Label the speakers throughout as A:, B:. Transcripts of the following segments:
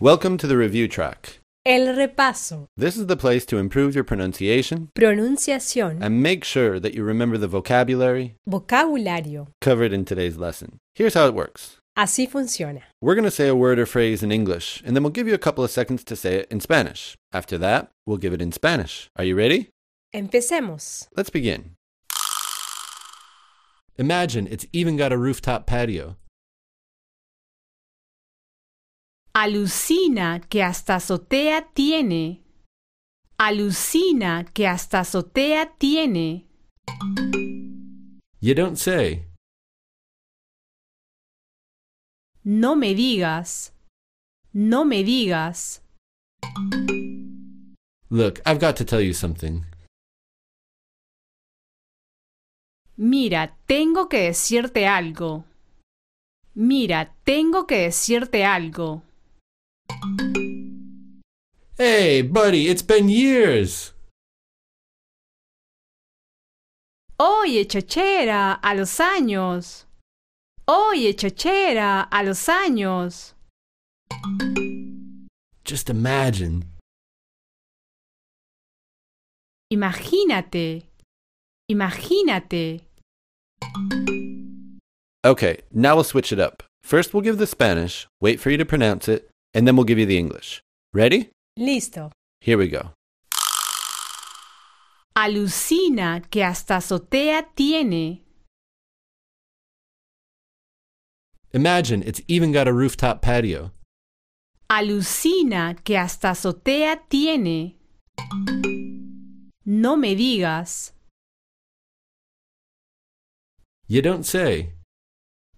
A: Welcome to the review track.
B: El repaso,
A: This is the place to improve your pronunciation
B: pronunciación,
A: and make sure that you remember the vocabulary
B: vocabulario.
A: covered in today's lesson. Here's how it works
B: Así funciona.
A: We're going to say a word or phrase in English, and then we'll give you a couple of seconds to say it in Spanish. After that, we'll give it in Spanish. Are you ready?
B: Empecemos.
A: Let's begin. Imagine it's even got a rooftop patio.
C: Alucina que hasta azotea tiene. Alucina que hasta azotea tiene.
A: You don't say.
C: No me digas. No me digas.
A: Look, I've got to tell you something.
C: Mira, tengo que decirte algo. Mira, tengo que decirte algo.
A: Hey, buddy, it's been years.
C: Oye, chochera, a los años. Oye, chochera, a los años.
A: Just imagine.
C: Imagínate. Imagínate.
A: Okay, now we'll switch it up. First, we'll give the Spanish, wait for you to pronounce it, and then we'll give you the English. Ready?
B: Listo.
A: Here we go.
C: Alucina que hasta azotea tiene.
A: Imagine it's even got a rooftop patio.
C: Alucina que hasta azotea tiene. No me digas,
A: You don't say.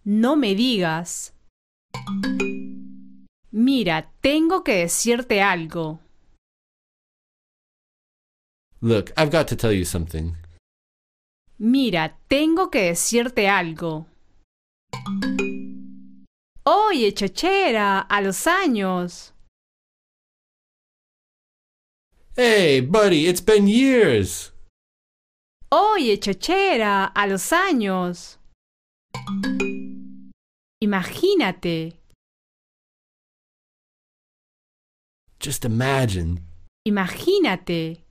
C: no me digas. Mira, tengo que decirte algo.
A: Look, I've got to tell you something.
C: Mira, tengo que decirte algo. Oye, chochera, a los años.
A: Hey, buddy, it's been years.
C: Oye, chochera, a los años. Imagínate,
A: Just imagine.
C: imagínate.